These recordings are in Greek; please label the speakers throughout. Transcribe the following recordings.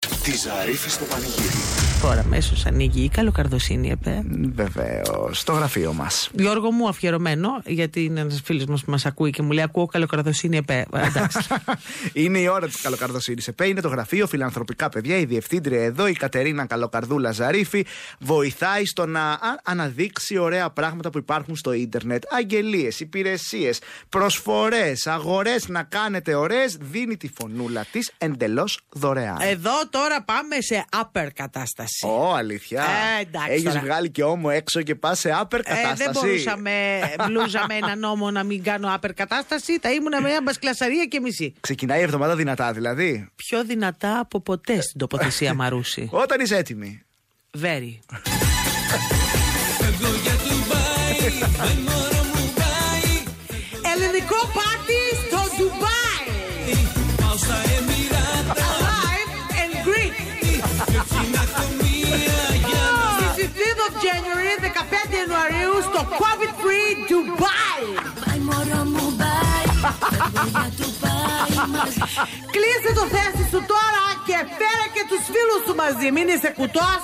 Speaker 1: Τη Ζαρίφη στο πανηγύρι.
Speaker 2: Τώρα αμέσως ανοίγει η καλοκαρδοσύνη ΕΠΕ.
Speaker 3: Βεβαίως, στο γραφείο μας.
Speaker 2: Γιώργο μου, αφιερωμένο, γιατί είναι ένας φίλος μας που μας ακούει και μου λέει: Ακούω καλοκαρδοσύνη ΕΠΕ. Ε, Εντάξει.
Speaker 3: είναι η ώρα της καλοκαρδοσύνης. ΕΠΕ είναι το γραφείο Φιλανθρωπικά Παιδιά. Η διευθύντρια εδώ, η Κατερίνα Καλοκαρδούλα Ζαρίφη, βοηθάει στο να α- αναδείξει ωραία πράγματα που υπάρχουν στο ίντερνετ. Αγγελίες, υπηρεσίες, προσφορές, αγορές να κάνετε ωραίες. Δίνει τη φωνούλα της εντελώς δωρεάν.
Speaker 2: Εδώ τώρα πάμε σε upper κατάσταση.
Speaker 3: Ω, αλήθεια.
Speaker 2: Ε, εντάξει,
Speaker 3: Έχεις
Speaker 2: τώρα.
Speaker 3: βγάλει και όμο έξω και πας σε upper
Speaker 2: Ε,
Speaker 3: κατάσταση.
Speaker 2: δεν μπορούσαμε, μπλούζα με ένα νόμο να μην κάνω upper κατάσταση. Τα ήμουνα με μια μπασκλασαρία και μισή.
Speaker 3: Ξεκινάει η εβδομάδα δυνατά, δηλαδή.
Speaker 2: Πιο δυνατά από ποτέ στην τοποθεσία Μαρούση.
Speaker 3: Όταν είσαι έτοιμη.
Speaker 2: Very. Ελληνικό πάτι στο Ντουμπάι. Alive and Greek. Στις 3 of January, 15 Ιανουαρίου, στο COVID-free Dubai.
Speaker 4: Πάει μωρό μου πάει, φεύγω για το πάει μαζί
Speaker 2: Κλείσε το θέση σου τώρα και φέρε και τους φίλους σου μαζί. Μην είσαι κουτός.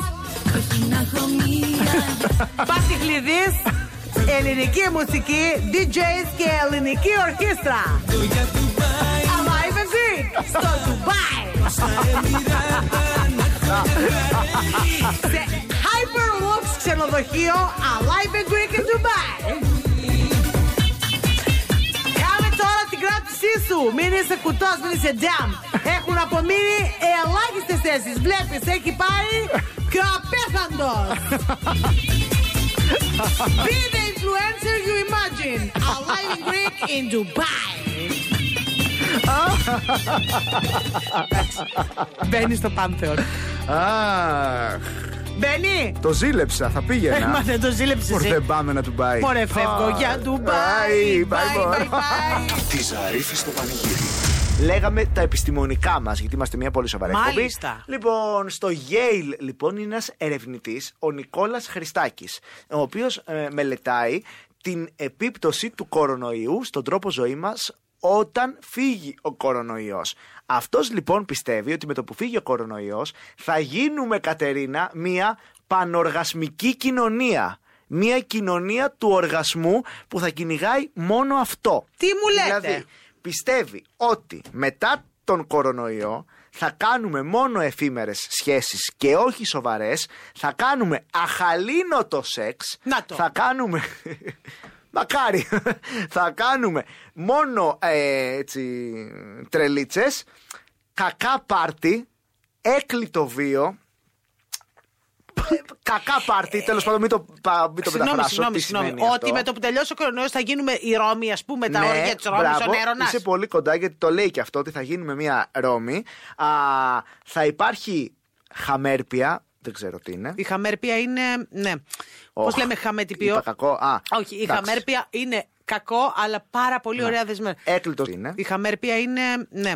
Speaker 4: Όχι να έχω μία
Speaker 2: Πάτη Χλειδής, ελληνική μουσική, DJs και ελληνική ορχήστρα. Alive and Greek, στο Dubai. Σε Hyperlux ξενοδοχείο, Alive and Greek in Dubai. Κάνε τώρα την κράτησή σου. Μην είσαι κουτός, μην είσαι jam. Έχουν απομείνει ελάχιστες θέσεις. Βλέπεις, έχει πάρει και ο απέθαντος. Be the influencer you imagine. Alive in Greek in Dubai. Μπαίνει στο Πάνθεον.
Speaker 3: Αχ,
Speaker 2: Μπαίνει.
Speaker 3: το ζήλεψα, θα
Speaker 2: Ε, Μα
Speaker 3: πήγαινα.
Speaker 2: δεν το ζήλεψες
Speaker 3: Μωρ,
Speaker 2: εσύ.
Speaker 3: δεν πάμε να του πάει.
Speaker 2: Μωρέ φεύγω για Ντουμπάι.
Speaker 3: Bye, bye,
Speaker 2: Bye,
Speaker 3: bye.
Speaker 2: bye, bye.
Speaker 1: Τη Ζαρίφη στο πανηγύρι.
Speaker 3: Λέγαμε τα επιστημονικά μας, γιατί είμαστε μια πολύ σοβαρή εκπομπή.
Speaker 2: Μάλιστα.
Speaker 3: Λοιπόν, στο Yale, λοιπόν, είναι ένας ερευνητής, ο Νικόλας Χριστάκης, ο οποίος μελετάει την επίπτωση του κορονοϊού στον τρόπο ζωής μας όταν φύγει ο κορονοϊός. Αυτός λοιπόν πιστεύει ότι με το που φύγει ο κορονοϊός θα γίνουμε Κατερίνα μια πανοργασμική κοινωνία. Μια κοινωνία του οργασμού που θα κυνηγάει μόνο αυτό.
Speaker 2: Τι μου λέτε?
Speaker 3: Δηλαδή, πιστεύει ότι μετά τον κορονοϊό θα κάνουμε μόνο εφήμερες σχέσεις και όχι σοβαρές, θα κάνουμε αχαλήνοτο σεξ,
Speaker 2: Να το.
Speaker 3: θα κάνουμε... Μακάρι, θα κάνουμε μόνο ε, έτσι, τρελίτσες, κακά πάρτι, έκλειτο βίο, κακά πάρτι, τέλος πάντων μην το, πα- μην το
Speaker 2: Ε, Συγγνώμη,
Speaker 3: μεταφράσω,
Speaker 2: συγγνώμη,
Speaker 3: τι
Speaker 2: συγγνώμη.
Speaker 3: σημαίνει
Speaker 2: Ότι
Speaker 3: αυτό. Ναι,
Speaker 2: με το που τελειώσει ο κορονοϊός θα γίνουμε η Ρώμη, ας πούμε, Ε, τα όρια της Ρώμης, ο
Speaker 3: μπράβο.
Speaker 2: Νέρονας.
Speaker 3: Είσαι πολύ κοντά γιατί το λέει και αυτό ότι θα γίνουμε μια Ρώμη. Α, θα υπάρχει χαμέρπια, δεν ξέρω τι είναι.
Speaker 2: Η χαμέρπια είναι. Ναι. Πώ
Speaker 3: Οχ,
Speaker 2: λέμε χαμέτυπιο.
Speaker 3: είπα κακό. Α,
Speaker 2: Όχι, η
Speaker 3: εντάξει. Ναι.
Speaker 2: χαμέρπια είναι κακό, αλλά πάρα πολύ ωραία δεσμεύματα.
Speaker 3: Έκλειτο είναι.
Speaker 2: Η χαμέρπια είναι. Ναι.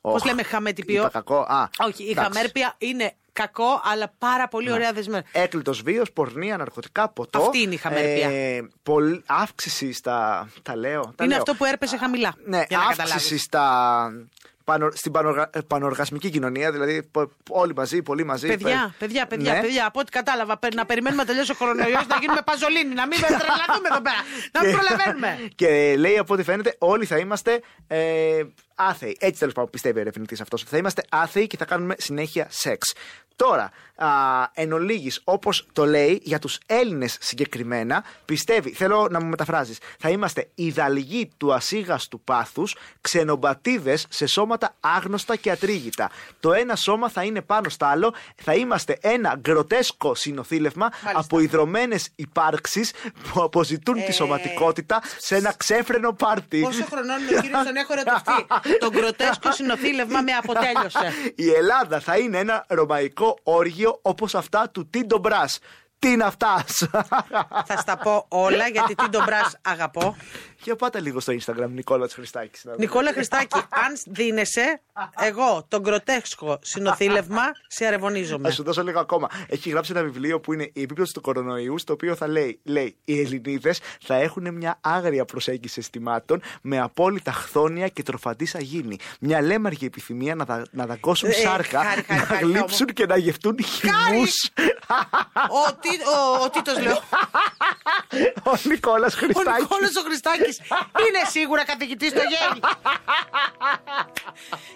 Speaker 2: Πώ
Speaker 3: Οχ,
Speaker 2: λέμε χαμέτυπιο.
Speaker 3: είπα κακό. Α,
Speaker 2: Όχι, η
Speaker 3: εντάξει. Ναι.
Speaker 2: χαμέρπια είναι κακό, αλλά πάρα πολύ ωραία δεσμεύματα.
Speaker 3: Έκλειτος βίος, πορνεία, ναρκωτικά, ποτό.
Speaker 2: Αυτή είναι η χαμέρπια.
Speaker 3: Ε, πολλ- αύξηση στα. Τα λέω. Τα
Speaker 2: Είναι
Speaker 3: λέω.
Speaker 2: αυτό που έρπεσε χαμηλά.
Speaker 3: Ναι,
Speaker 2: για να
Speaker 3: αύξηση
Speaker 2: καταλάβεις.
Speaker 3: στα, πανο- στην πανοργα- ε, πανοργασμική κοινωνία, δηλαδή πο- όλοι μαζί, πολύ μαζί.
Speaker 2: Παιδιά,
Speaker 3: Πε-
Speaker 2: παιδιά, παιδιά,
Speaker 3: Ναι.
Speaker 2: παιδιά, από ό,τι κατάλαβα, πε- να περιμένουμε να τελειώσει ο κορονοϊός, να γίνουμε παζολίνοι, να μην τρελαθούμε εδώ πέρα. Να μην
Speaker 3: Και-
Speaker 2: προλαβαίνουμε.
Speaker 3: Και λέει από ό,τι φαίνεται, όλοι θα είμαστε ε, άθεοι. Έτσι τέλος πάντων πιστεύει ο ερευνητής αυτός. Θα είμαστε άθεοι και θα κάνουμε συνέχεια σεξ. Τώρα, α, εν ολίγης, όπως το λέει, για τους Έλληνες συγκεκριμένα, πιστεύει, θέλω να μου μεταφράζεις, θα είμαστε ιδαλγοί του ασίγαστου πάθους, ξενομπατίδες σε σώματα άγνωστα και ατρίγητα. Το ένα σώμα θα είναι πάνω στο άλλο, θα είμαστε ένα γκροτέσκο συνοθήλευμα από ιδρωμένες υπάρξεις που αποζητούν τη σωματικότητα σε ένα ξέφρενο πάρτι.
Speaker 2: Ε, Πόσο χρονών είναι ο κύριος, τον έχω ερωτευτεί. Τον κροτέσκο συνοθήλευμα με αποτέλειωσε.
Speaker 3: Η Ελλάδα θα είναι ένα ρωμαϊκό όργιο όπως αυτά του Τίντο Μπρας. Τι είναι αυτά σου.
Speaker 2: Θα στα πω όλα γιατί την τον μπρας αγαπώ.
Speaker 3: Για πάτε λίγο στο Instagram, Νικόλας Χριστάκης. να δούμε.
Speaker 2: Νικόλα Χριστάκη, αν δίνεσαι, εγώ τον κροτέξχο συνοθήλευμα σε
Speaker 3: Θα
Speaker 2: αρεβονίζομαι.
Speaker 3: σου δώσω λίγο ακόμα. Έχει γράψει ένα βιβλίο που είναι η επίπτωση του κορονοϊού, στο οποίο θα λέει, λέει Οι Ελληνίδες θα έχουν μια άγρια προσέγγιση αισθημάτων με απόλυτα χθόνια και τροφαντής αγίνη. Μια λέμαργη επιθυμία να, δα, να δαγκώσουν
Speaker 2: Ε,
Speaker 3: σάρκα,
Speaker 2: χάρη, χάρη,
Speaker 3: να
Speaker 2: χάρη,
Speaker 3: γλύψουν και να γευτούν χυμούς.
Speaker 2: Ο, τι, ο, ο Τίτος λέω.
Speaker 3: Ο Νικόλας
Speaker 2: Ο
Speaker 3: Χριστάκη.
Speaker 2: Νικόλας ο Χριστάκης είναι σίγουρα καθηγητής στο Γέλι.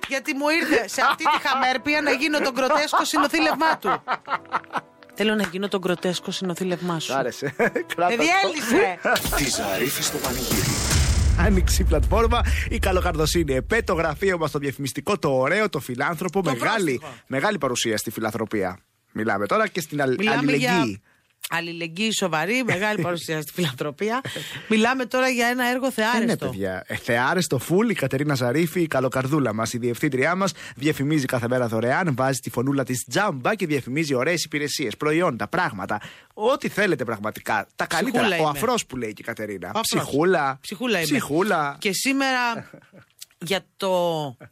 Speaker 2: Γιατί μου ήρθε σε αυτή τη χαμέρπια να γίνω τον κροτέσκο συνοθήλευμά του. Θέλω να γίνω τον κροτέσκο συνοθήλευμά σου.
Speaker 3: Σ' άρεσε. Κράτα το.
Speaker 2: Δηλαδή έλυσε.
Speaker 1: Τη Ζαρίφη στο πανηγύρι.
Speaker 3: Άνοιξε η πλατφόρμα. Η καλοκαρδοσύνη ΕΠΕ, το γραφείο μα, το διαφημιστικό, το ωραίο, το φιλάνθρωπο. μεγάλη,
Speaker 2: πρόστιχο.
Speaker 3: μεγάλη παρουσία στη φιλανθρωπία. Μιλάμε τώρα και στην αλλη-
Speaker 2: Μιλάμε
Speaker 3: αλληλεγγύη.
Speaker 2: για αλληλεγγύη σοβαρή, μεγάλη παρουσία στη φιλανθρωπία. Μιλάμε τώρα για ένα έργο θεάρεστο.
Speaker 3: Δεν είναι παιδιά. Ε, Θεάρεστο φουλ, η Κατερίνα Ζαρίφη, η καλοκαρδούλα μας, η διευθύντριά μας, διαφημίζει κάθε μέρα δωρεάν, βάζει τη φωνούλα της τζάμπα και διαφημίζει ωραίες υπηρεσίες, προϊόντα, πράγματα. Ό,τι θέλετε πραγματικά. Τα καλύτερα.
Speaker 2: Ψυχούλα
Speaker 3: Ο
Speaker 2: είμαι.
Speaker 3: αφρός που λέει και η Κατερίνα.
Speaker 2: Αφρός.
Speaker 3: Ψυχούλα.
Speaker 2: Ψυχούλα είμαι.
Speaker 3: Ψυχούλα.
Speaker 2: Και σήμερα για το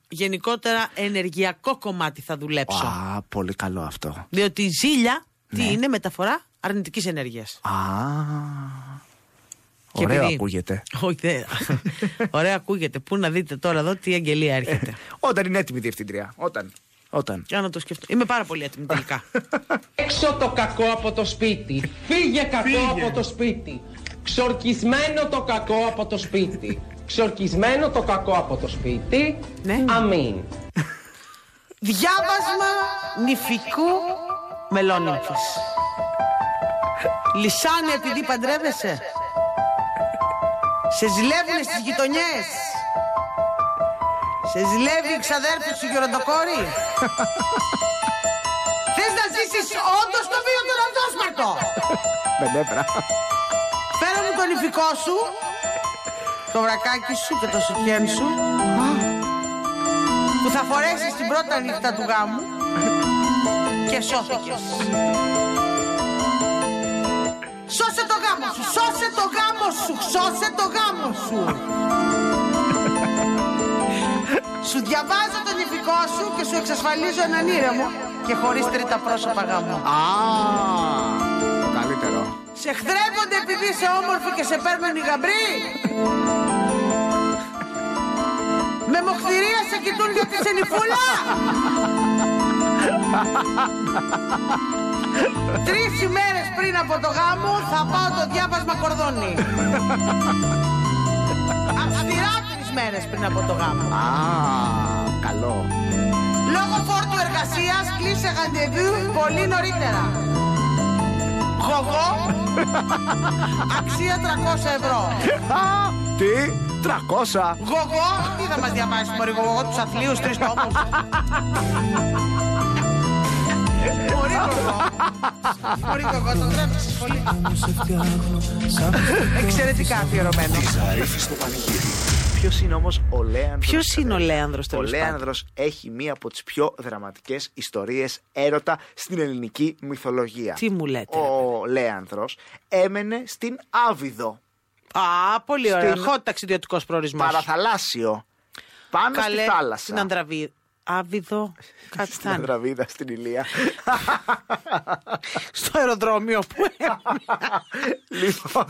Speaker 2: γενικότερα ενεργειακό κομμάτι θα δουλέψω.
Speaker 3: Α, πολύ καλό αυτό.
Speaker 2: Διότι η ζήλια, τι είναι, μεταφορά αρνητικής ενέργειας.
Speaker 3: Α.
Speaker 2: Και
Speaker 3: Ωραίο
Speaker 2: επειδή-
Speaker 3: ακούγεται.
Speaker 2: Όχι, δεν. Ωραία ακούγεται. Πού να δείτε τώρα εδώ τι αγγελία
Speaker 3: Ε.
Speaker 2: έρχεται.
Speaker 3: Όταν είναι έτοιμη η διευθύντρια. Όταν. Όταν.
Speaker 2: Για να το σκεφτώ. Είμαι πάρα πολύ έτοιμη τελικά.
Speaker 5: Έξω το κακό από το σπίτι. Φύγε κακό από το σπίτι. Ξορκισμένο το κακό από το σπίτι. Ξορκισμένο το κακό από το σπίτι.
Speaker 2: Ναι.
Speaker 5: Αμήν.
Speaker 2: Διάβασμα νηφικού μελόνυμφης. Λυσάνε επειδή παντρεύεσαι. Σε ζηλεύουνε στις γειτονιές. Σε ζηλεύει η ξαδέρφη σου γεροντοκόρη. Θες να ζήσεις όντως το βίο του ραντόσπαρτο.
Speaker 3: Με νεύρα.
Speaker 2: Φέρε μου το νηφικό σου, το βρακάκι σου και το σουκέν σου που θα φορέσεις την πρώτα νύχτα του γάμου και σώθηκες. Σώσε το γάμο σου, σώσε το γάμο σου, σώσε το γάμο σου. Σου διαβάζω το νηφικό σου και σου εξασφαλίζω έναν ήρεμο και χωρίς τρίτα πρόσωπα γάμο.
Speaker 3: Α. Το καλύτερο.
Speaker 2: Σε χθρέπονται επειδή είσαι όμορφη και σε παίρνουν οι γαμπροί. Με μοχθηρία σε κοιτούν γιατί είσαι νυφούλα. Τρεις ημέρες πριν από το γάμο θα πάω το διάβασμα κορδόνι. Αυστηρά τρεις μέρες πριν από το γάμο.
Speaker 3: Α. Καλό.
Speaker 2: Λόγω φόρτου εργασίας κλείσε ραντεβού πολύ νωρίτερα. Γογό, αξία 300 ευρώ.
Speaker 3: Α, Τι. 300.
Speaker 2: Γογό, τι θα μας διαβάσεις μωρή γογό, τους αθλίους τρεις τόπους. Μωρή γογό. Μωρή γογό, το τρέψεις πολύ. Εξαιρετικά αφιερωμένο.
Speaker 1: Τη Ζαρίφη στο πανηγύρι.
Speaker 3: Ποιος είναι όμως ο Λέανδρος.
Speaker 2: Ποιος είναι ο Λέανδρος,
Speaker 3: Ο
Speaker 2: τέλος
Speaker 3: Λέανδρος έχει μία από τις πιο δραματικές ιστορίες έρωτα στην ελληνική μυθολογία.
Speaker 2: Τι μου λέτε,
Speaker 3: Ο Λέανδρος έμενε στην Άβυδο.
Speaker 2: Α, πολύ ωραία.
Speaker 3: Στην-
Speaker 2: Hot ταξιδιωτικός προορισμός.
Speaker 3: Παραθαλάσσιο. Πάνω
Speaker 2: Καλέ,
Speaker 3: στη θάλασσα.
Speaker 2: στην Ανδραβή. Άβιδο, κάτι
Speaker 3: Στην
Speaker 2: θα είναι.
Speaker 3: Ανδραβίδα, στην Ηλία.
Speaker 2: στο αεροδρόμιο που
Speaker 3: Ε.
Speaker 2: έμεινα.
Speaker 3: λοιπόν,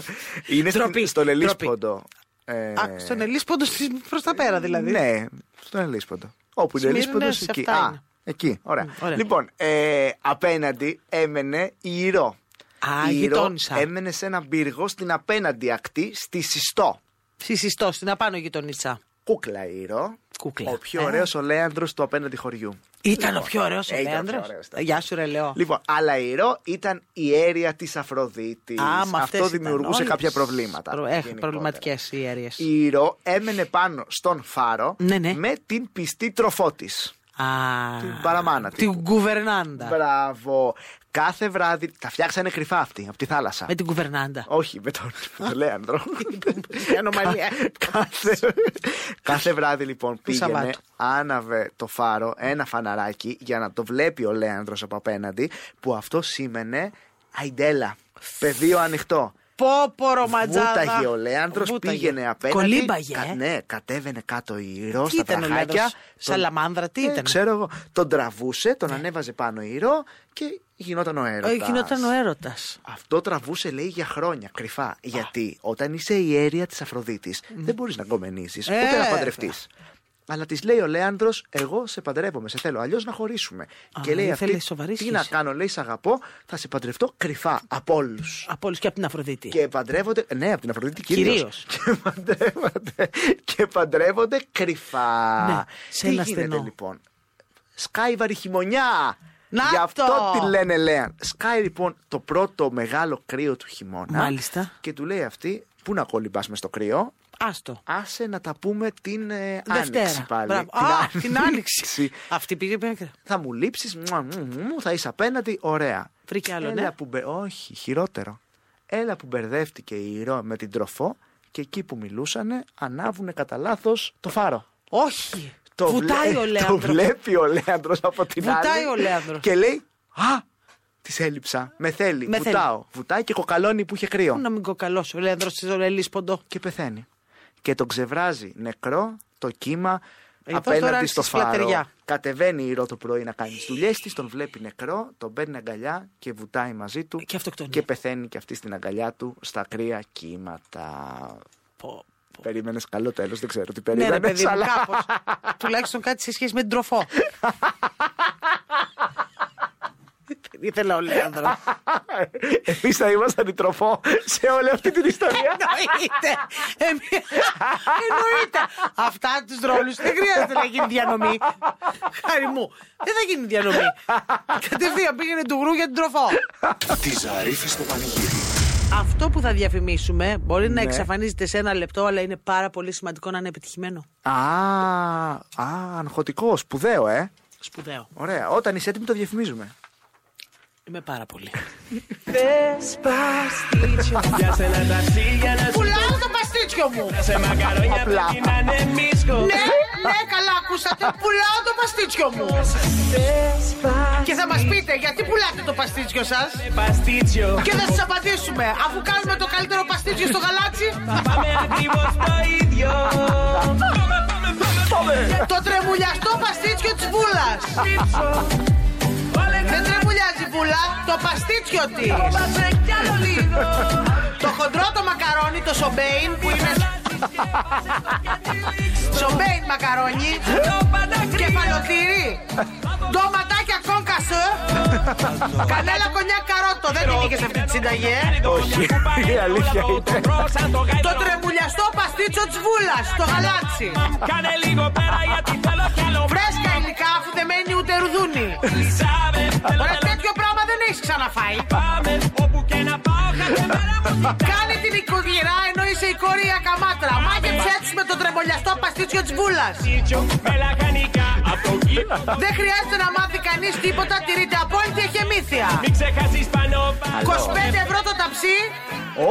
Speaker 3: είναι στην-
Speaker 2: Ντροπή,
Speaker 3: στον Ελίσποντο. Ε,
Speaker 2: Α, Στον Ελίσποντο προς τα πέρα δηλαδή.
Speaker 3: Ναι, στον Ελίσποντο. Όπου είναι
Speaker 2: Σμύρνες,
Speaker 3: Ελίσποντο,
Speaker 2: σε
Speaker 3: εκεί.
Speaker 2: αυτά είναι.
Speaker 3: Α, εκεί, ωραία.
Speaker 2: Μ, ωραία.
Speaker 3: Λοιπόν, ε, απέναντι έμενε η Ηρώ.
Speaker 2: Α,
Speaker 3: η
Speaker 2: γειτόνισσα.
Speaker 3: έμενε σε έναν πύργο στην απέναντι ακτή, στη Συστό.
Speaker 2: Συσιστό, στην απάνω γειτονίτσα.
Speaker 3: Κούκλα η Ηρώ.
Speaker 2: Κούκλα.
Speaker 3: Ο πιο
Speaker 2: Ε.
Speaker 3: ωραίο ο Λέανδρο του απέναντι χωριού.
Speaker 2: Ήταν ο πιο ωραίος
Speaker 3: Ε, ήταν
Speaker 2: ο
Speaker 3: ο πιο
Speaker 2: Λέανδρος.
Speaker 3: ωραίος, ήταν.
Speaker 2: Γεια σου, ρε Λεό.
Speaker 3: Λοιπόν, αλλά η Ηρώ ήταν η αίρια της Αφροδίτης.
Speaker 2: Α, μα αυτές
Speaker 3: Λοιπόν, Αυτό
Speaker 2: ήταν
Speaker 3: δημιουργούσε
Speaker 2: όλες.
Speaker 3: κάποια προβλήματα.
Speaker 2: Προ- Έχ,
Speaker 3: γενικότερα.
Speaker 2: προβληματικές οι αίρειε.
Speaker 3: Η Ηρώ έμενε πάνω στον φάρο
Speaker 2: Ναι, ναι.
Speaker 3: με την πιστή τροφό της. Την παραμάνα της.
Speaker 2: Την κουβερνάντα.
Speaker 3: Μπράβο. Κάθε βράδυ τα φτιάξανε κρυφά αυτοί από τη θάλασσα.
Speaker 2: Με την κουβερνάντα.
Speaker 3: Όχι, με τον, με τον Λέανδρο.
Speaker 2: Η ανομαλία.
Speaker 3: Κα- κάθε, κάθε βράδυ λοιπόν πήγαινε,
Speaker 2: Σαββάτου.
Speaker 3: άναβε το φάρο, ένα φαναράκι για να το βλέπει ο Λέανδρος από απέναντι, που αυτό σήμαινε Αϊντέλα. Πεδίο ανοιχτό.
Speaker 2: Πόπορο
Speaker 3: Βούταγε
Speaker 2: ματζάδα.
Speaker 3: ο Λέανδρος,
Speaker 2: Βούταγε.
Speaker 3: πήγαινε απέναντι.
Speaker 2: Κολύμπαγε, ε.
Speaker 3: ναι, κατέβαινε κάτω η ρο
Speaker 2: Τι
Speaker 3: στα
Speaker 2: ήταν ο
Speaker 3: βραχάκια.
Speaker 2: Λέανδρος, σαλαμάνδρα, τι
Speaker 3: Ε,
Speaker 2: ήταν.
Speaker 3: Ξέρω εγώ. Τον τραβούσε, τον ανέβαζε πάνω η ρο και γινόταν ο έρωτας.
Speaker 2: Ε, Γινόταν ο έρωτας.
Speaker 3: Αυτό τραβούσε, λέει, για χρόνια, κρυφά. Γιατί όταν είσαι η αίρια της Αφροδίτης, δεν μπορείς να κομμενίσει,
Speaker 2: Ε,
Speaker 3: ούτε να
Speaker 2: βέβαια.
Speaker 3: παντρευτείς. Αλλά της λέει ο Λέανδρος, εγώ σε παντρεύομαι, σε θέλω. Αλλιώς να χωρίσουμε. και λέει
Speaker 2: ήθελε
Speaker 3: αυτή,
Speaker 2: σοβαρής
Speaker 3: τι να
Speaker 2: σχέση.
Speaker 3: κάνω, λέει, σε αγαπώ, θα σε παντρευτώ κρυφά από όλου.
Speaker 2: Από όλους και από την Αφροδίτη.
Speaker 3: Και παντρεύονται. Ναι, από την Αφροδίτη κυρίως.
Speaker 2: Κυρίως.
Speaker 3: Και παντρεύονται, και παντρεύονται κρυφά.
Speaker 2: Ναι, σε
Speaker 3: Τι
Speaker 2: ένα
Speaker 3: γίνεται
Speaker 2: στενό.
Speaker 3: λοιπόν. Σκάιβαρη χειμωνιά!
Speaker 2: Να
Speaker 3: Γι' αυτό
Speaker 2: το!
Speaker 3: τη λένε Λέαν. Σκάει λοιπόν το πρώτο μεγάλο κρύο του χειμώνα.
Speaker 2: Μάλιστα.
Speaker 3: Και του λέει αυτή, πού να κολυμπάς μες στο κρύο.
Speaker 2: Άστο.
Speaker 3: Άσε να τα πούμε την ε, άνοιξη
Speaker 2: Δευτέρα.
Speaker 3: πάλι.
Speaker 2: Μπράβο. Α, την άνοιξη. Αυτή πήγε πέρα.
Speaker 3: θα μου λείψεις, μουα, μου, μου, μου, θα είσαι απέναντι, ωραία.
Speaker 2: Βρήκε άλλο,
Speaker 3: Έλα
Speaker 2: ναι.
Speaker 3: που μπε- Όχι, χειρότερο. Έλα που μπερδεύτηκε η ηρώα με την τροφό και εκεί που μιλούσανε ανάβουνε κατά λάθος το φάρο.
Speaker 2: Όχι.
Speaker 3: Το
Speaker 2: Βουτάει
Speaker 3: βλέ-
Speaker 2: ο
Speaker 3: Το
Speaker 2: Λέανδρος.
Speaker 3: βλέπει ο Λέανδρος από την άλλη.
Speaker 2: Βουτάει ο Λέανδρος.
Speaker 3: Και λέει, Α, της έλειψα. Με θέλει.
Speaker 2: Με θέλει.
Speaker 3: βουτάω. Βουτάει και κοκαλώνει που είχε κρύο.
Speaker 2: Πού να μην κοκαλώσει ο Λέανδρος της Ζωρελή ποντό.
Speaker 3: Και πεθαίνει. Και τον ξεβράζει νεκρό το κύμα
Speaker 2: Εδώ τώρα
Speaker 3: απέναντι στο
Speaker 2: άρχισε η
Speaker 3: φάρο.
Speaker 2: σκλατεριά.
Speaker 3: Κατεβαίνει η Ρο το πρωί να κάνει τις δουλειές της, τον βλέπει νεκρό, τον παίρνει αγκαλιά και βουτάει μαζί του.
Speaker 2: Και αυτοκτονεί.
Speaker 3: Και πεθαίνει και αυτή στην αγκαλιά του στα κρύα κύματα.
Speaker 2: Πω,
Speaker 3: Περίμενες καλό τέλος, δεν ξέρω τι
Speaker 2: Ναι, ρε
Speaker 3: περίμενες.
Speaker 2: παιδί μου, κάπως. Τουλάχιστον κάτι σε σχέση με την τροφό. Δεν Ήθελα ο Λέανδρο.
Speaker 3: Εμείς θα ήμασταν η τροφό σε όλη αυτή την ιστορία.
Speaker 2: Εννοείται. Εμεί- Εννοείται. Αυτά τους ρόλους δεν χρειάζεται να γίνει διανομή. Χάρη μου. Δεν θα γίνει διανομή. Κατευθείαν πήγαινε του γρου για την τροφό.
Speaker 1: Τη Ζαρίφη στο πανηγύρι.
Speaker 2: Αυτό που θα διαφημίσουμε μπορεί να εξαφανίζεται σε ένα λεπτό, αλλά είναι πάρα πολύ σημαντικό να είναι επιτυχημένο.
Speaker 3: α, α, αγχωτικό, σπουδαίο, ε.
Speaker 2: Σπουδαίο.
Speaker 3: Ωραία, όταν είσαι έτοιμη το διαφημίζουμε.
Speaker 2: Είμαι πάρα πολύ.
Speaker 6: Πουλάω το παστίτσιο μου.
Speaker 3: Απλά.
Speaker 6: Ναι, ναι, καλά ακούσατε. Πουλάω το παστίτσιο μου. Και θα μας πείτε γιατί πουλάτε το παστίτσιο σας. Και θα σας απαντήσουμε. Αφού κάνουμε το καλύτερο παστίτσιο στο γαλάτσι, το τρεμουλιαστό παστίτσιο της βούλας. Δεν τρεμουλιάζει η βούλα, το παστίτσιο της. Το χοντρό το μακαρόνι, το σομπέιν που είναι... Σομπέιν μακαρόνι, κεφαλοτήρι, ντοματάκια κόγκασε, κανέλα κονιά καρότο. Δεν την είχες αυτή τη συνταγή, ε.
Speaker 3: Όχι, η αλήθεια είναι.
Speaker 6: Το τρεμουλιαστό παστίτσιο της βούλας, το γαλάτσι.
Speaker 7: Κάνε λίγο πέρα γιατί θέλω κι άλλο
Speaker 6: Φρέσκα υλικά αφού δεν μένει ούτε ρουδούνι.
Speaker 7: Λυσάμε, θέλω
Speaker 6: Ωραία,
Speaker 7: να
Speaker 6: τέτοιο πράγμα δεν έχεις ξαναφάει.
Speaker 7: πάμε Όπου και να πάω κάθε μέρα μου κοιτά
Speaker 6: Κάνε την οικογενειά ενώ είσαι η κόρη η ακαμάτρα. Μάγεψέ τους με το τρεμολιαστό παστίτσιο της βούλας.
Speaker 7: Τσίτσιο με λαχανικά Απ' το γύρο
Speaker 6: Δεν χρειάζεται να μάθει κανείς τίποτα, τηρείται απόλυτη εχεμήθεια.
Speaker 7: Μην ξεχάσεις πάνω πάνω
Speaker 6: 25 ευρώ το ταψί,
Speaker 3: Ω,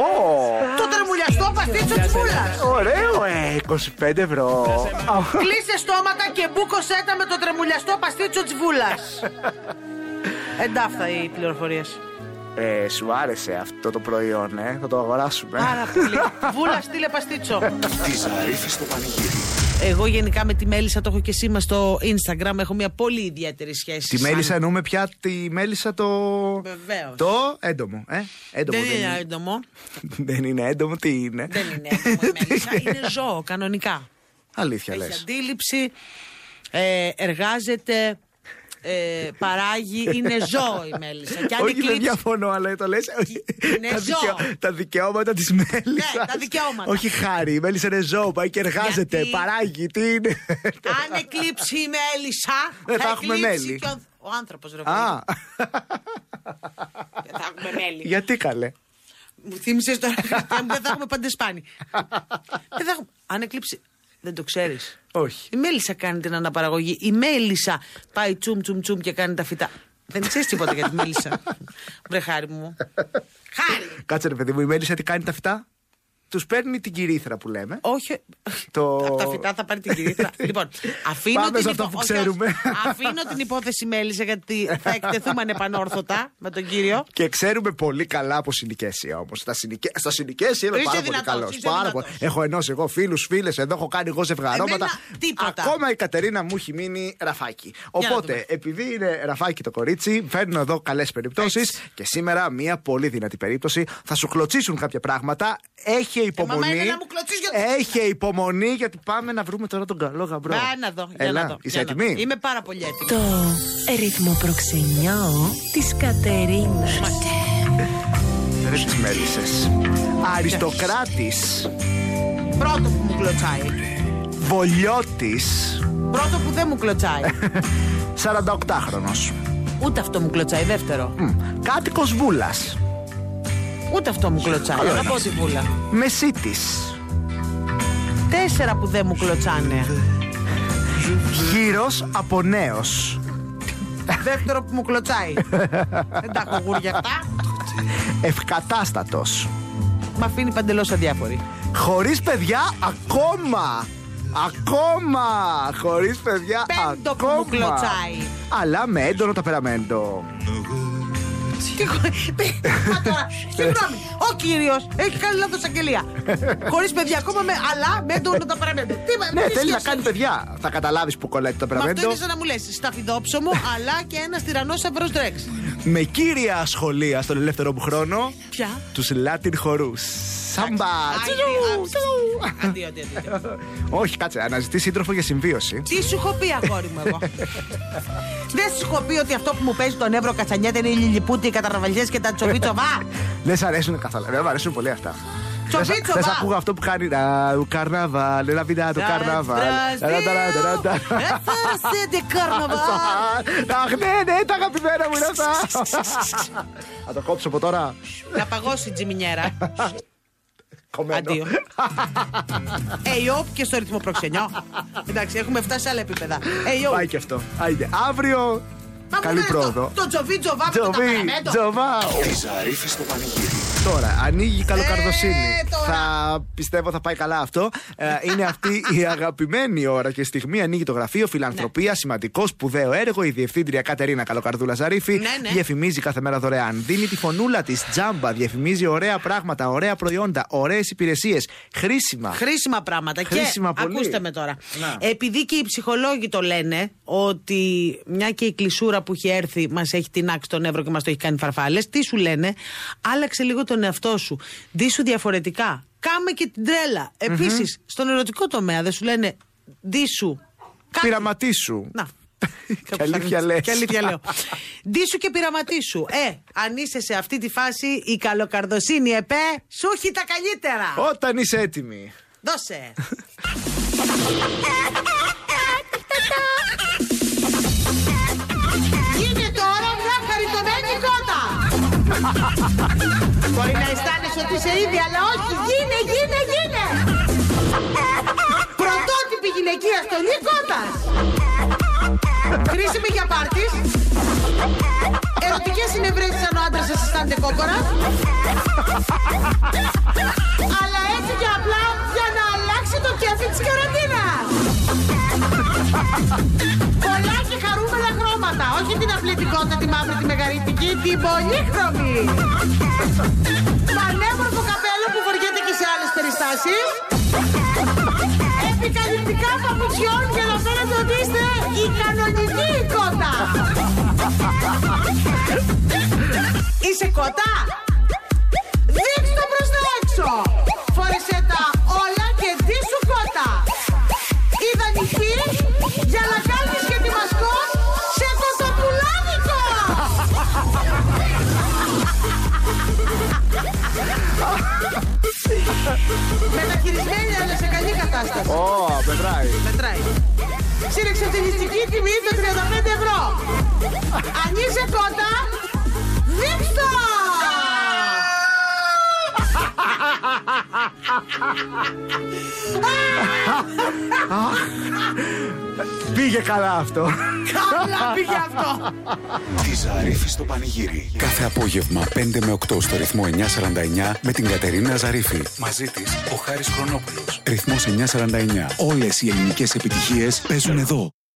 Speaker 6: το τρεμουλιαστό παστίτσιο της βούλας.
Speaker 3: ωραίο, ε, 25 ευρώ.
Speaker 6: Κλείσε στόματα και μπούκωσέ τα με το τρεμουλιαστό παστίτσιο της βούλας.
Speaker 2: Εντάφθα οι πληροφορίες.
Speaker 3: Ε, σου άρεσε αυτό το προϊόν, ε, θα το αγοράσουμε.
Speaker 2: Πάρα πολύ.
Speaker 6: Βούλα στείλε παστίτσιο.
Speaker 1: Τη Ζαρίφη στο πανηγύρι.
Speaker 2: Εγώ γενικά με τη Μέλισσα το έχω και εσύ στο Instagram. Έχω μια πολύ ιδιαίτερη σχέση.
Speaker 3: Τη
Speaker 2: σαν-
Speaker 3: μέλισσα εννοούμε πια τη μέλισσα το.
Speaker 2: Βεβαίως.
Speaker 3: Το έντομο, ε. Έντομο
Speaker 2: Δεν
Speaker 3: δεν,
Speaker 2: είναι
Speaker 3: είναι.
Speaker 2: έντομο.
Speaker 3: δεν είναι έντομο, τι είναι.
Speaker 2: Δεν είναι έντομο η Μέλισσα. Είναι ζώο, κανονικά.
Speaker 3: Αλήθεια λε.
Speaker 2: Έχει αντίληψη, ε, εργάζεται, ε, παράγει. Είναι ζώο η Μέλισσα. Και αν την
Speaker 3: Όχι, δεν
Speaker 2: κλείψεις-
Speaker 3: διαφωνώ, αλλά το λες.
Speaker 2: είναι
Speaker 3: τα,
Speaker 2: ζώο. Ναι,
Speaker 3: τα δικαιώματα της μέλισσας.
Speaker 2: τα δικαιώματα.
Speaker 3: Όχι χάρη. Η μέλισσα είναι ζώο. Πάει και εργάζεται.
Speaker 2: Γιατί-
Speaker 3: Παράγει. Τι είναι.
Speaker 2: αν εκλείψει η Μέλισσα,
Speaker 3: Δεν Ε, θα έχουμε
Speaker 2: εκλείψει
Speaker 3: μέλι.
Speaker 2: και ο, ο άνθρωπος, ρε παιδί.
Speaker 3: Α,
Speaker 2: Δεν θα έχουμε μέλι.
Speaker 3: γιατί καλέ.
Speaker 2: Μου θύμισες τώρα, Χριστέ μου, δεν θα έχουμε παντεσπάνι. δεν θα έχουμε... Αν εκλείψει. Δεν το ξέρεις.
Speaker 3: Όχι.
Speaker 2: Η μέλισσα κάνει την αναπαραγωγή. Η μέλισσα πάει τσουμ τσουμ τσουμ και κάνει τα φυτά. Δεν ξέρεις τίποτα για τη μέλισσα. Μπρε χάρη μου. χάρη!
Speaker 3: Κάτσε ρε παιδί μου, η μέλισσα τι κάνει τα φυτά. τους παίρνει την κυρίθρα που λέμε.
Speaker 2: Όχι.
Speaker 3: Το-
Speaker 2: Από τα φυτά θα πάρει την κυρίτρα. λοιπόν, αφήνω
Speaker 3: Πάμε
Speaker 2: την
Speaker 3: σε αυτά
Speaker 2: υπο-
Speaker 3: που
Speaker 2: όχι, όχι.
Speaker 3: ξέρουμε.
Speaker 2: αφήνω την υπόθεση μέλισσα γιατί θα εκτεθούμε ανεπανόρθωτα με τον κύριο.
Speaker 3: Και ξέρουμε πολύ καλά από συνοικέσια όμως. Στα, συνοικέ... στα συνοικέσια είμαι
Speaker 2: Είσαι
Speaker 3: πάρα πολύ
Speaker 2: δυνατός,
Speaker 3: καλός.
Speaker 2: είσαι
Speaker 3: Πάρα
Speaker 2: δυνατός.
Speaker 3: πολύ. Έχω ενώσει εγώ φίλους, φίλες, εδώ έχω κάνει εγώ ζευγαρώματα.
Speaker 2: Εμένα τίποτα.
Speaker 3: Ακόμα η Κατερίνα μου έχει μείνει ραφάκι.
Speaker 2: να δούμε.
Speaker 3: Οπότε, επειδή είναι ραφάκι το κορίτσι, φέρνω εδώ καλές περιπτώσεις και σήμερα μία πολύ δυνατή περίπτωση. Θα σου κλωτσίσουν κάποια πράγματα. Έχει υπομονή.
Speaker 2: είναι Ε, να μου κλωτσίσεις για-
Speaker 3: Έχει υπομονή γιατί πάμε να βρούμε τώρα τον καλό γαμπρό.
Speaker 2: Να, να δω. Για
Speaker 3: Έλα,
Speaker 2: να δω,
Speaker 3: είσαι
Speaker 2: για να δω.
Speaker 3: έτοιμη.
Speaker 2: Είμαι πάρα πολύ έτοιμη.
Speaker 4: Το ρυθμό προξενιό της Κατερίνας.
Speaker 3: Ρε τις μέλισσες. Αριστοκράτης,
Speaker 2: Πρώτο που μου κλωτσάει.
Speaker 3: βολιώτης,
Speaker 2: Πρώτο που δεν μου κλωτσάει.
Speaker 3: 48χρονος.
Speaker 2: Ούτε αυτό μου κλωτσάει. Δεύτερο.
Speaker 3: Μμ. Κάτοικος Βούλας,
Speaker 2: Ούτε αυτό μου κλωτσάει. Να πω τη βούλα.
Speaker 3: Μεσίτης,
Speaker 2: Τέσσερα που δεν μου κλωτσάνε.
Speaker 3: Γύρος από νέος,
Speaker 2: Δεύτερο που μου κλωτσάει. δεν τα έχω γούρια αυτά.
Speaker 3: Ευκατάστατος,
Speaker 2: Μ' αφήνει παντελώς αδιάφορη.
Speaker 3: χωρίς παιδιά ακόμα. Ακόμα! Χωρίς παιδιά
Speaker 2: Πέμπτο που μου
Speaker 3: ακόμα.
Speaker 2: κλωτσάει.
Speaker 3: Αλλά με έντονο ταπεραμέντο.
Speaker 2: Τι χω- Α, τώρα, Συγγνώμη, ο κύριος έχει κάνει λάθος αγγελία. Χωρίς παιδιά ακόμα, με, αλλά με έντονο τα παραμένει. Τι με-
Speaker 3: Ναι,
Speaker 2: τι
Speaker 3: θέλει να
Speaker 2: σχέση
Speaker 3: κάνει
Speaker 2: έχεις?
Speaker 3: παιδιά. Θα καταλάβεις που κολλάει το
Speaker 2: Μα αυτό
Speaker 3: ταπεραμέντο.
Speaker 2: είναι σαν να μου λες: Σταφιδόψωμο, αλλά και ένα τυρανό σαυρός ντρέξ.
Speaker 3: Με κύρια σχολεία στον ελεύθερο μου χρόνο.
Speaker 2: Ποια?
Speaker 3: Τους Latin χορούς. Σάμπα! τσιλιού, τσιλιού.
Speaker 2: Αντίο, αντίο, αντίο.
Speaker 3: Όχι, κάτσε, αναζητεί σύντροφο για συμβίωση.
Speaker 2: Τι σου έχω πει, αγόρι μου, εγώ. Δεν σου έχω πει ότι αυτό που μου παίζει τον Εύρο Κατσανιέται είναι οι Λιλιπούτοι, οι καταραβαλιέ και τα τσοβίτσοβα.
Speaker 3: Δεν σ' αρέσουν καθόλου. Δεν μου αρέσουν πολύ αυτά.
Speaker 2: Τσοβί,
Speaker 3: Δεν σ'-
Speaker 2: τσοβά.
Speaker 3: Δεν σ' ακούω αυτό που κάνει. Να, ο καρναβάλ, να βιδά το καρναβάλ. Να, να, να, να, να, να.
Speaker 2: Ε, Έφερε καρναβάλ.
Speaker 3: Αχ, ναι, ναι, τα αγαπημένα μου είναι αυτά. Θα το κόψω από τώρα.
Speaker 2: Να παγώσει η τζιμινιέρα.
Speaker 3: Κομμένο.
Speaker 2: Αντίο. Εϊόπ και στο ρυθμό προξενιό. Εντάξει, έχουμε φτάσει σε άλλα επίπεδα. Εϊόπ.
Speaker 3: Πάει και αυτό. Άιντε, αύριο. Καλή πρόοδο.
Speaker 2: Το τζοβί τζοβά με το
Speaker 3: Τζοβί,
Speaker 2: ταπαραμέντο.
Speaker 3: τζοβά.
Speaker 1: Τις αρίφες στο πανηγύρι.
Speaker 3: Τώρα, ανοίγει η καλοκαρδοσύνη.
Speaker 2: Ε, τώρα.
Speaker 3: θα πιστεύω θα πάει καλά αυτό. Ε, είναι αυτή η αγαπημένη ώρα και στιγμή. Ανοίγει το γραφείο
Speaker 2: Ναι.
Speaker 3: Φιλανθρωπία, σημαντικό, σπουδαίο έργο. Η διευθύντρια Κατερίνα Καλοκαρδούλα Ζαρίφη
Speaker 2: Ναι, ναι.
Speaker 3: διαφημίζει κάθε μέρα δωρεάν. Δίνει τη φωνούλα της τζάμπα, διαφημίζει ωραία πράγματα, ωραία προϊόντα, ωραίες υπηρεσίες. Χρήσιμα.
Speaker 2: Χρήσιμα πράγματα.
Speaker 3: Χρήσιμα
Speaker 2: και
Speaker 3: πολύ.
Speaker 2: ακούστε με τώρα. Επειδή και οι ψυχολόγοι το λένε ότι μια και η κλεισούρα που έχει έρθει μας έχει τεινάξει τον εύρο και μας το έχει κάνει φαρφάλες, τι σου λένε, άλλαξε λίγο τον εαυτό σου. Ντύσου διαφορετικά. Κάμε και την τρέλα. Επίσης, στον ερωτικό τομέα δεν σου λένε ντύσου. κάτι.
Speaker 3: Πειραματίσου.
Speaker 2: Να.
Speaker 3: Και
Speaker 2: Κάπως
Speaker 3: αλήθεια
Speaker 2: θα-
Speaker 3: λες.
Speaker 2: Και αλήθεια λέω. Ντύσου και πειραματίσου. Ε, αν είσαι σε αυτή τη φάση, η καλοκαρδοσύνη επέ σου έχει τα καλύτερα.
Speaker 3: Όταν είσαι έτοιμη.
Speaker 2: Δώσε. Είναι τώρα μια χαριτωμένη κότα. Μπορεί να αισθάνεσαι ότι είσαι ήδη, αλλά όχι. Γίνε, γίνε, γίνε. Πρωτότυπη γυναικεία στολή κότας. Χρήσιμη για πάρτις. Ερωτικές συνευρέσεις αν ο άντρας σας αισθάνεται κόκορα. Αλλά έτσι και απλά για να αλλάξει το κέφι της καραντίνας. Πολλά και χαρούμενα χρώματα. Όχι την απλητικότητα, τη μαύρη, τη μεγαρίτικη, την πολύχρωμη. Πανέμορφο καπέλο που φοριέται και σε άλλες περιστάσεις. Επικαλυπτικά παπουτσιών για να φαίνεται ότι είστε η κανονική κότα. Είσαι κότα. Δείξ' το προς τα έξω. Φόρεσε τα όλα και ντύσου κότα. Ιδανική για να κάνεις και τη μασκότ σε κοτοπουλάδικο. Μεταχειρισμένη αλλά σε καλή κατάσταση.
Speaker 3: Ω, πετράει.
Speaker 2: Μετράει. Σύρεξε τη ληστική τιμή των 35 ευρώ. Αν είσαι κότα, δείξ' το!
Speaker 3: Πήγε καλά αυτό.
Speaker 6: Καλά πήγε αυτό.
Speaker 1: Τη Ζαρίφη στο πανηγύρι.
Speaker 8: Κάθε απόγευμα 5 με 8 στο ρυθμό 949 με την Κατερίνα Ζαρίφη.
Speaker 1: Μαζί της ο Χάρης Χρονόπουλος.
Speaker 8: Ρυθμός 949. Όλες οι ελληνικές επιτυχίες παίζουν εδώ.